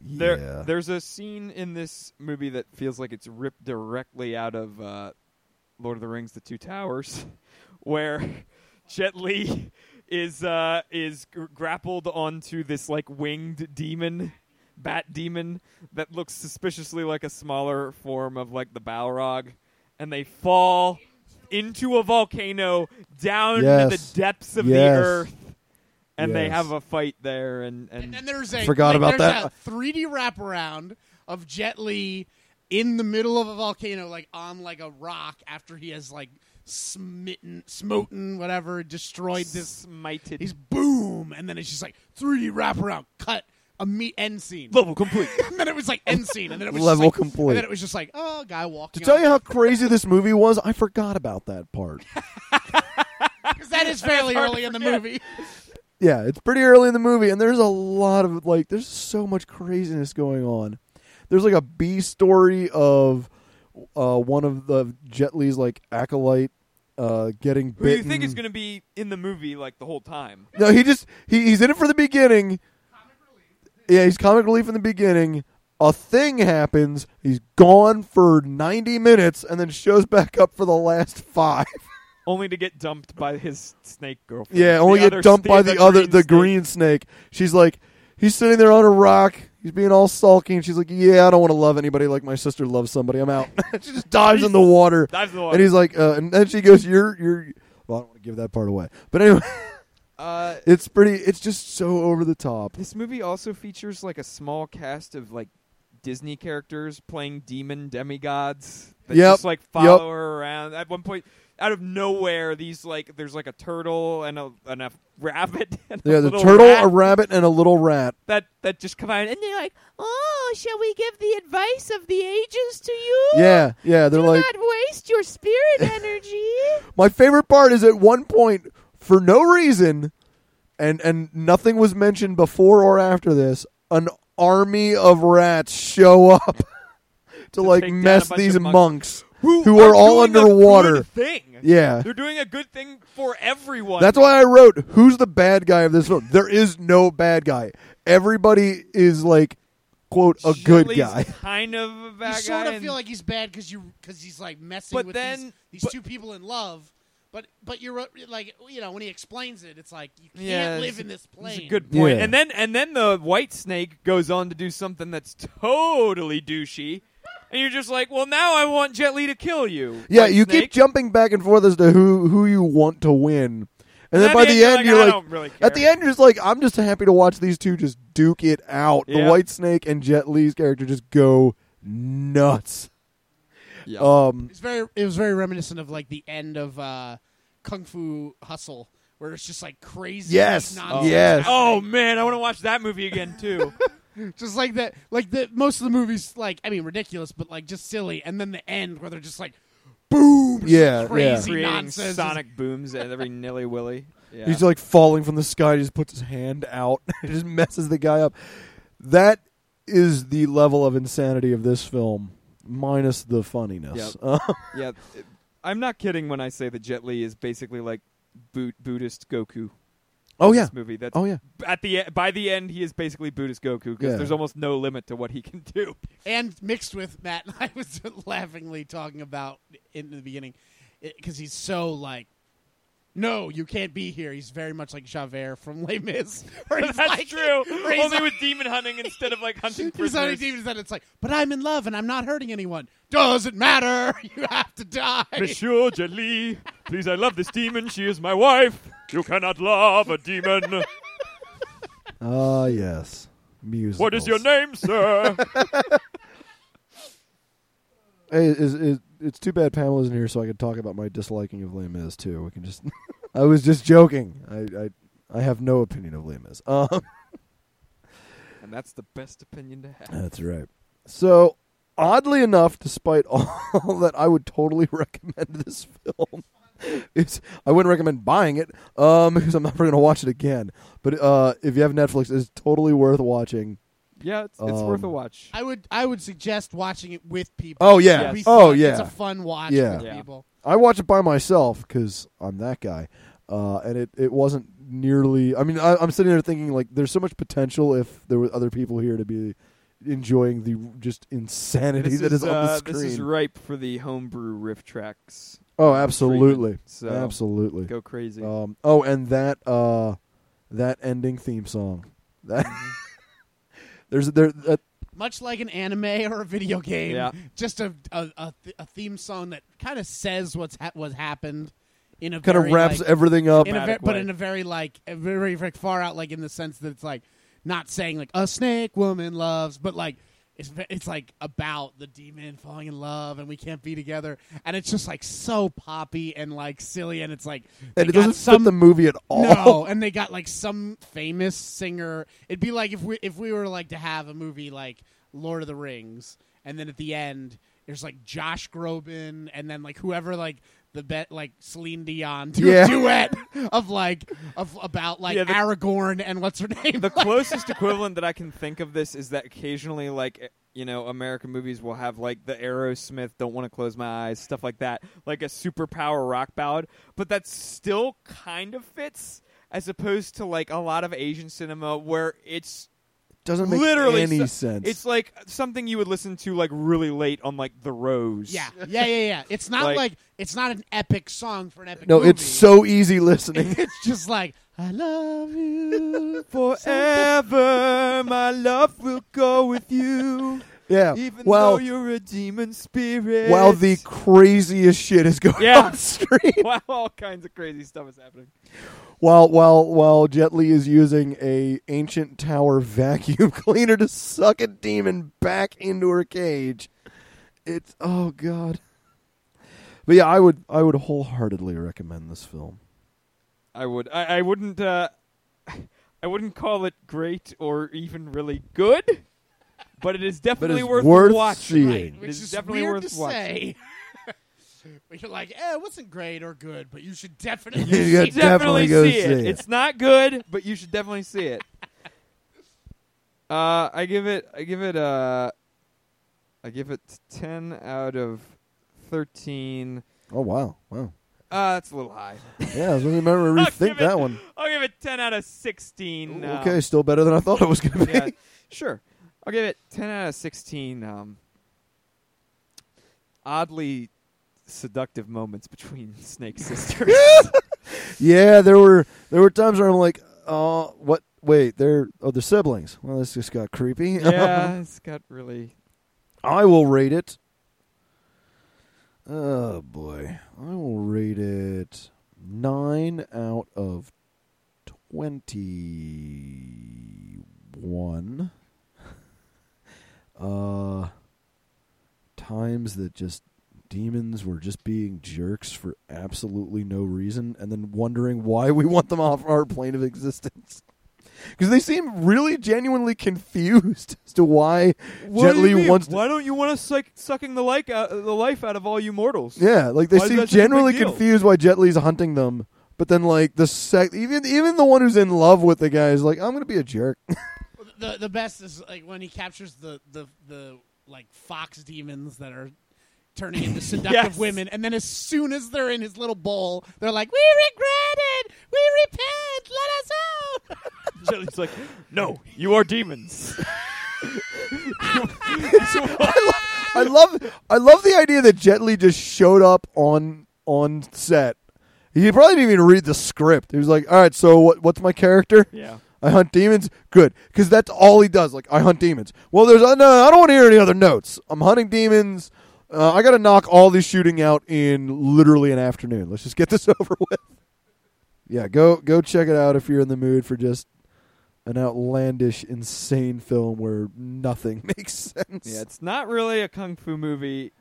Speaker 2: There,
Speaker 1: yeah.
Speaker 2: there's a scene in this movie that feels like it's ripped directly out of uh, Lord of the Rings: The Two Towers, where Jet Li is uh, is gr- grappled onto this like winged demon, bat demon that looks suspiciously like a smaller form of like the Balrog, and they fall into a volcano down to
Speaker 1: Yes.
Speaker 2: the depths of
Speaker 1: Yes.
Speaker 2: the earth. And they
Speaker 1: Yes.
Speaker 2: have a fight there, and, and,
Speaker 3: And then there's a
Speaker 1: Forgot
Speaker 3: like,
Speaker 1: about that.
Speaker 3: there's A 3D wraparound of Jet Li in the middle of a volcano, like on like a rock, after he has like smitten, smoten, whatever, destroyed this.
Speaker 2: smited.
Speaker 3: He's boom, and then it's just like 3D wraparound cut. A meet end scene,
Speaker 2: level complete.
Speaker 3: and then it was like end scene, and then it was
Speaker 1: Level
Speaker 3: just like,
Speaker 1: complete.
Speaker 3: And then it was just like, oh, guy walking.
Speaker 1: To tell you how crazy this movie was, I forgot about that part.
Speaker 3: because that is fairly early in the movie.
Speaker 1: yeah, it's pretty early in the movie, and there's a lot of like, there's so much craziness going on. There's like a B story of uh, one of the Jet Li's like acolyte uh, getting
Speaker 2: Who
Speaker 1: bitten.
Speaker 2: you think is going to be in the movie like the whole time?
Speaker 1: No, he just he, he's in it for the beginning. Yeah, he's comic relief in the beginning. A thing happens. He's gone for ninety minutes, and then shows back up for the last five.
Speaker 2: Only to get dumped by his snake girlfriend.
Speaker 1: Yeah, only
Speaker 2: The
Speaker 1: get
Speaker 2: other-
Speaker 1: dumped by the, other the
Speaker 2: snake.
Speaker 1: green snake. She's like, he's sitting there on a rock. He's being all sulky, and she's like, "Yeah, I don't want to love anybody like my sister loves somebody. I'm out." she just dives in the water,
Speaker 2: Dives in the water.
Speaker 1: and he's like, uh, and then she goes, "You're, you're." Well, I don't want to give that part away, but anyway,
Speaker 2: Uh,
Speaker 1: it's pretty. It's just so over the top.
Speaker 2: this movie also features like a small cast of like Disney characters playing demon demigods that
Speaker 1: Yep,
Speaker 2: just like
Speaker 1: yep.
Speaker 2: follow her around. At one point, out of nowhere, these like there's like a turtle and a and a rabbit. And a
Speaker 1: Yeah, the
Speaker 2: little
Speaker 1: turtle,
Speaker 2: rat
Speaker 1: a rabbit, and a little rat.
Speaker 2: that that just come out and they're like,
Speaker 4: Oh, shall we give the advice of the ages to you?
Speaker 1: Yeah, yeah. They're
Speaker 4: Do
Speaker 1: like,
Speaker 4: not waste your spirit energy.
Speaker 1: My favorite part is at one point, for no reason, and and nothing was mentioned before or after this, an army of rats show up to like
Speaker 2: take down a
Speaker 1: mess
Speaker 2: bunch
Speaker 1: these
Speaker 2: of
Speaker 1: monks,
Speaker 2: monks.
Speaker 1: who are, all
Speaker 2: doing a
Speaker 1: underwater.
Speaker 2: good thing.
Speaker 1: Yeah.
Speaker 2: They're doing a good thing for everyone.
Speaker 1: That's why I wrote, "Who's the bad guy of this film?" There is no bad guy. Everybody is like, "quote a good
Speaker 2: Shirley's
Speaker 1: guy."
Speaker 2: Kind of a bad
Speaker 3: You
Speaker 2: guy.
Speaker 3: sort of
Speaker 2: and-
Speaker 3: feel like he's bad because you because he's like messing
Speaker 2: But
Speaker 3: with
Speaker 2: then-
Speaker 3: these, these
Speaker 2: but-
Speaker 3: two people in love. But but you're uh, like you know when he explains it, it's like you can't
Speaker 2: Yeah,
Speaker 3: live
Speaker 2: it's-
Speaker 3: in this plane.
Speaker 2: That's a good point.
Speaker 1: Yeah.
Speaker 2: And then and then the white snake goes on to do something that's totally douchey. And you're just like, well, now I want Jet Li to kill you.
Speaker 1: Yeah,
Speaker 2: White
Speaker 1: you
Speaker 2: snake.
Speaker 1: keep jumping back and forth as to who who you want to win, and then by the end you're
Speaker 2: you're like, I
Speaker 1: like,
Speaker 2: don't really care.
Speaker 1: At the end, you're just like, I'm just happy to watch these two just duke it out. The
Speaker 2: Yeah.
Speaker 1: White Snake and Jet Li's character just go nuts.
Speaker 2: Yeah.
Speaker 1: Um,
Speaker 3: It's very it was very reminiscent of like the end of uh, Kung Fu Hustle, where it's just like crazy.
Speaker 1: Yes,
Speaker 3: nonsense
Speaker 1: yes.
Speaker 2: oh
Speaker 3: happening.
Speaker 2: man, I want to watch that movie again too.
Speaker 3: just like that. Like the most of the movies, like I mean, ridiculous, but like just silly. And then the end where they're just like, boom, just
Speaker 1: Yeah,
Speaker 3: crazy
Speaker 2: Creating
Speaker 3: nonsense. It's-
Speaker 2: sonic booms at every nilly willy. Yeah.
Speaker 1: He's like falling from the sky. He just puts his hand out. it just messes the guy up. That is the level of insanity of this film, minus the funniness. Uh,
Speaker 2: yeah, I'm not kidding when I say that Jet Li is basically like Bo- Buddhist Goku.
Speaker 1: Oh
Speaker 2: in
Speaker 1: yeah.
Speaker 2: this movie. That's
Speaker 1: Oh yeah.
Speaker 2: at the e- by the end he is basically Buddhist Goku because
Speaker 1: Yeah.
Speaker 2: there's almost no limit to what he can do.
Speaker 3: and mixed with Matt and I was laughingly talking about in the beginning because he's so like, no, you can't be here. He's very much like Javert from Les Mis. Where he's
Speaker 2: That's
Speaker 3: like-
Speaker 2: true.
Speaker 3: where he's
Speaker 2: Only
Speaker 3: like-
Speaker 2: with demon hunting instead of like hunting
Speaker 3: he's on a
Speaker 2: prisoners.
Speaker 3: team that it's like, but I'm in love and I'm not hurting anyone. Doesn't matter. You have to die.
Speaker 2: Monsieur Jolie, please, I love this demon. She is my wife. You cannot love a demon.
Speaker 1: Ah yes. Music.
Speaker 2: What is your name, sir?
Speaker 1: Hey, is, is, it's too bad Pamela's in here, so I could talk about my disliking of Les Mis too. We can just. I was just joking. I I, I have no opinion of Les Mis. Um,
Speaker 2: and that's the best opinion to have.
Speaker 1: That's right. So, oddly enough, despite all that, I would totally recommend this film. It's, I wouldn't recommend buying it um, because I'm never going to watch it again. But uh, if you have Netflix, it's totally worth watching.
Speaker 2: Yeah, it's, it's
Speaker 1: Um,
Speaker 2: worth a watch.
Speaker 3: I would I would suggest watching it with people.
Speaker 1: Oh yeah,
Speaker 2: Yes.
Speaker 3: We
Speaker 1: oh
Speaker 3: thought
Speaker 1: yeah.
Speaker 3: it's a fun watch
Speaker 1: Yeah.
Speaker 3: with
Speaker 2: Yeah.
Speaker 3: people.
Speaker 1: I watch it by myself because I'm that guy, uh, and it, it wasn't nearly. I mean, I, I'm sitting there thinking like, there's so much potential if there were other people here to be enjoying the just insanity
Speaker 2: this,
Speaker 1: that
Speaker 2: is,
Speaker 1: is, on the
Speaker 2: uh,
Speaker 1: screen.
Speaker 2: this is ripe for the homebrew riff tracks.
Speaker 1: oh, absolutely,
Speaker 2: So
Speaker 1: absolutely.
Speaker 2: go crazy.
Speaker 1: Um, oh, and that uh, that ending theme song. That
Speaker 2: Mm-hmm.
Speaker 1: there's there that,
Speaker 3: Much like an anime or a video game,
Speaker 2: Yeah.
Speaker 3: just a a, a, th- a theme song that kind of says what's ha- what's happened in a
Speaker 1: kind of
Speaker 3: very,
Speaker 1: wraps
Speaker 3: like,
Speaker 1: everything up.
Speaker 3: in a very,
Speaker 2: dramatic
Speaker 3: but
Speaker 2: way.
Speaker 3: in a very like a very, very far out like in the sense that it's like not saying like a snake woman loves but like it's ve- it's like about the demon falling in love and we can't be together and it's just like so poppy and like silly and it's like they
Speaker 1: and it
Speaker 3: got
Speaker 1: doesn't
Speaker 3: some
Speaker 1: fit the movie at all.
Speaker 3: no, and they got like some famous singer. It'd be like if we if we were like to have a movie like Lord of the Rings, and then at the end there's like Josh Groban, and then like whoever like the bet like Celine Dion do
Speaker 1: Yeah.
Speaker 3: a duet of like of about like
Speaker 2: Yeah, the-
Speaker 3: Aragorn and what's her name.
Speaker 2: the closest equivalent that I can think of this is that occasionally, like eh, you know, American movies will have like the Aerosmith "Don't Want to Close My Eyes" stuff like that, like a superpower rock ballad. But that still kind of fits, as opposed to like a lot of Asian cinema where it's
Speaker 1: doesn't make
Speaker 2: literally
Speaker 1: any
Speaker 2: so-
Speaker 1: sense.
Speaker 2: It's like something you would listen to like really late on like The Rose.
Speaker 3: yeah, yeah, yeah, yeah. It's not
Speaker 2: Like-
Speaker 3: like, it's not an epic song for an epic.
Speaker 1: no,
Speaker 3: movie.
Speaker 1: it's so easy listening.
Speaker 3: it's just like I love you.
Speaker 2: Forever, my love will go with you.
Speaker 1: yeah.
Speaker 2: Even
Speaker 1: while
Speaker 2: though you're a demon spirit.
Speaker 1: while the craziest shit is going
Speaker 2: Yeah.
Speaker 1: on screen.
Speaker 2: wow, all kinds of crazy stuff is happening.
Speaker 1: While while while Jet Li is using a ancient tower vacuum cleaner to suck a demon back into her cage. It's oh god. But yeah, I would I would wholeheartedly recommend this film.
Speaker 2: I would. I, I wouldn't. Uh, I wouldn't call it great or even really good, but it is
Speaker 1: But
Speaker 2: definitely
Speaker 1: it's
Speaker 2: worth,
Speaker 1: worth
Speaker 2: watching.
Speaker 1: seeing.
Speaker 3: Right, which
Speaker 2: It is
Speaker 3: is
Speaker 2: definitely
Speaker 3: weird
Speaker 2: worth
Speaker 3: to
Speaker 2: watching.
Speaker 3: say. but you're like, eh, it wasn't great or good, but you should definitely
Speaker 1: You
Speaker 3: see
Speaker 1: got
Speaker 2: You
Speaker 3: it.
Speaker 1: should def- definitely go
Speaker 2: definitely see it.
Speaker 1: see it.
Speaker 2: It's not good, but you should definitely see it. uh, I give it. I give it. Uh, I give it ten out of thirteen.
Speaker 1: Oh wow, wow.
Speaker 2: Uh, that's a little high.
Speaker 1: Yeah, I was going to remember
Speaker 2: I'll
Speaker 1: rethink
Speaker 2: give
Speaker 1: that
Speaker 2: it-
Speaker 1: one.
Speaker 2: I'll give it ten out of sixteen. uh,
Speaker 1: Okay, still better than I thought it was going to be.
Speaker 2: yeah, sure. I'll give it ten out of sixteen. Um, oddly seductive moments between Snake sisters.
Speaker 1: Yeah, there were there were times where I'm like, oh, what? Wait, they're oh they're siblings. Well, this just got creepy.
Speaker 2: yeah, it's got really.
Speaker 1: I will rate it. Oh boy, I will rate it nine out of twenty-one. Uh, times that just demons were just being jerks for absolutely no reason, and then wondering why we want them off our plane of existence. Because they seem really genuinely confused as to why Jet Li wants to
Speaker 2: Why don't you want us like, sucking the like out, the life out of all you mortals?
Speaker 1: Yeah, like they
Speaker 2: Why is
Speaker 1: seem
Speaker 2: that such a big
Speaker 1: generally
Speaker 2: deal?
Speaker 1: confused why Jet Li's hunting them, but then like the sec- even even the one who's in love with the guy is like, I'm gonna be a jerk.
Speaker 3: the the best is like when he captures the the the like fox demons that are turning into seductive
Speaker 2: Yes.
Speaker 3: women, and then as soon as they're in his little bowl, they're like, "We regret it. We repent. Let us
Speaker 5: Jelly's like, no, you are demons.
Speaker 1: I love I love the idea that Jet Li just showed up on on set. He probably didn't even read the script. He was like, "All right, so what, what's my character?
Speaker 5: yeah.
Speaker 1: I hunt demons. Good, because that's all he does. Like I hunt demons. Well, there's uh, no. I don't want to hear any other notes. I'm hunting demons. Uh, I got to knock all this shooting out in literally an afternoon. Let's just get this over with. Yeah, go go check it out if you're in the mood for just an outlandish, insane film where nothing makes sense.
Speaker 2: Yeah, it's not really a kung fu movie.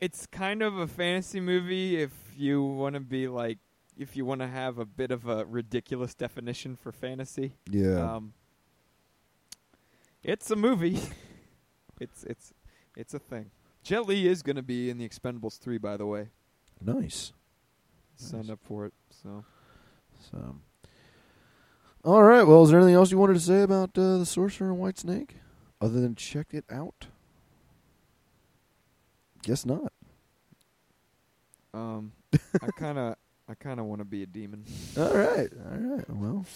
Speaker 2: It's kind of a fantasy movie if you want to be like, if you want to have a bit of a ridiculous definition for fantasy.
Speaker 1: yeah.
Speaker 2: Um, it's a movie. it's it's it's a thing. Jet Li is going to be in the Expendables three, by the way.
Speaker 1: nice.
Speaker 2: Signed up for it. So
Speaker 1: So, all right. Well, is there anything else you wanted to say about uh, the Sorcerer and White Snake, other than check it out? Guess not.
Speaker 2: um, I kind of I kind of want to be a demon
Speaker 1: All right. All right. Well,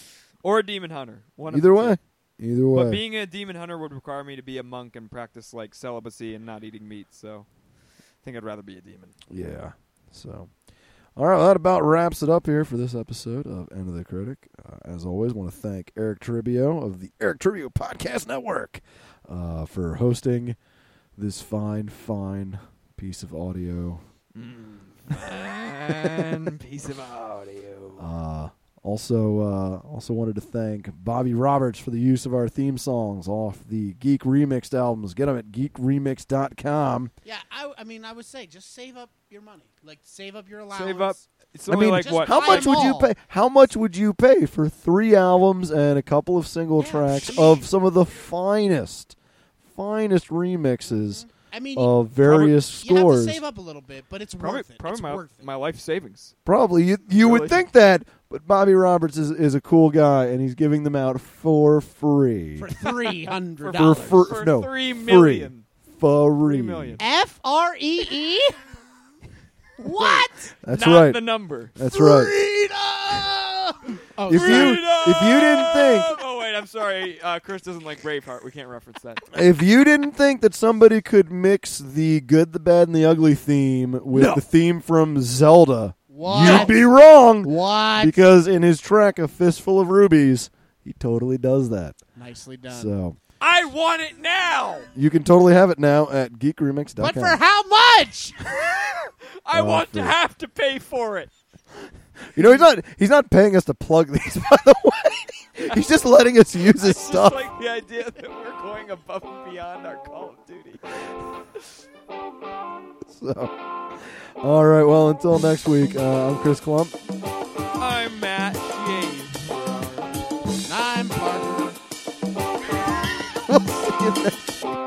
Speaker 2: or a demon hunter. One of
Speaker 1: either
Speaker 2: the
Speaker 1: way,
Speaker 2: two.
Speaker 1: either
Speaker 2: But
Speaker 1: way.
Speaker 2: being a demon hunter would require me to be a monk and practice like celibacy and not eating meat. So I think I'd rather be a demon.
Speaker 1: Yeah. So, all right. Well, that about wraps it up here for this episode of End of the Critic. Uh, as always, want to thank Eric Tribio of the Eric Tribio Podcast Network uh, for hosting this fine, fine piece of audio.
Speaker 2: and piece of audio.
Speaker 1: Uh, also, uh, also wanted to thank Bobby Roberts for the use of our theme songs off the Geek Remixed albums. Get them at geekremix.com.
Speaker 3: Yeah, I, I mean, I would say just save up your money, like save up your allowance.
Speaker 2: Save up. It's
Speaker 1: I
Speaker 2: only
Speaker 1: mean,
Speaker 2: like
Speaker 3: Just
Speaker 2: what?
Speaker 1: How
Speaker 3: Buy
Speaker 1: much
Speaker 3: them
Speaker 1: would you
Speaker 3: all.
Speaker 1: pay? How much would you pay for three albums and a couple of single
Speaker 3: Yeah,
Speaker 1: tracks
Speaker 3: I mean-
Speaker 1: of some of the finest, finest remixes
Speaker 3: I mean,
Speaker 1: of various
Speaker 3: you have to
Speaker 1: scores?
Speaker 3: save up a little bit, but it's
Speaker 2: uh, Probably,
Speaker 3: worth it.
Speaker 2: probably
Speaker 3: it's
Speaker 2: my,
Speaker 3: worth it.
Speaker 2: my life savings.
Speaker 1: Probably you, you would
Speaker 2: Really?
Speaker 1: think that, but Bobby Roberts is, is a cool guy and he's giving them out for free.
Speaker 3: for three hundred
Speaker 1: for,
Speaker 3: dollars.
Speaker 1: for,
Speaker 2: For
Speaker 1: no,
Speaker 2: three
Speaker 1: free. Free.
Speaker 2: million. Three million.
Speaker 3: F R E E. What?
Speaker 1: That's
Speaker 2: Not
Speaker 1: right.
Speaker 2: the number.
Speaker 1: That's right.
Speaker 3: Freedom! Oh,
Speaker 1: If
Speaker 3: sorry.
Speaker 1: you if you didn't think
Speaker 2: Oh wait, I'm sorry. Uh, Chris doesn't like Braveheart. We can't reference that.
Speaker 1: if you didn't think that somebody could mix the good, the bad, and the ugly theme with
Speaker 5: No.
Speaker 1: the theme from Zelda,
Speaker 3: what?
Speaker 1: you'd be wrong.
Speaker 3: what?
Speaker 1: Because in his track "A Fistful of Rubies," he totally does that.
Speaker 3: Nicely done.
Speaker 1: So
Speaker 5: I want it now.
Speaker 1: you can totally have it now at geekremix.com.
Speaker 3: but for how much?
Speaker 5: I
Speaker 1: Oh,
Speaker 5: want
Speaker 1: for-
Speaker 5: to have to pay for it.
Speaker 1: you know he's not he's not paying us to plug these. By the way, he's just letting us use his
Speaker 2: It's
Speaker 1: stuff.
Speaker 2: Just like the idea that we're going above and beyond our Call of Duty.
Speaker 1: So all right. Well, until next week, uh, I'm Chris Klump.
Speaker 2: I'm Matt. James.
Speaker 3: I'm Parker.
Speaker 1: we'll see you next week.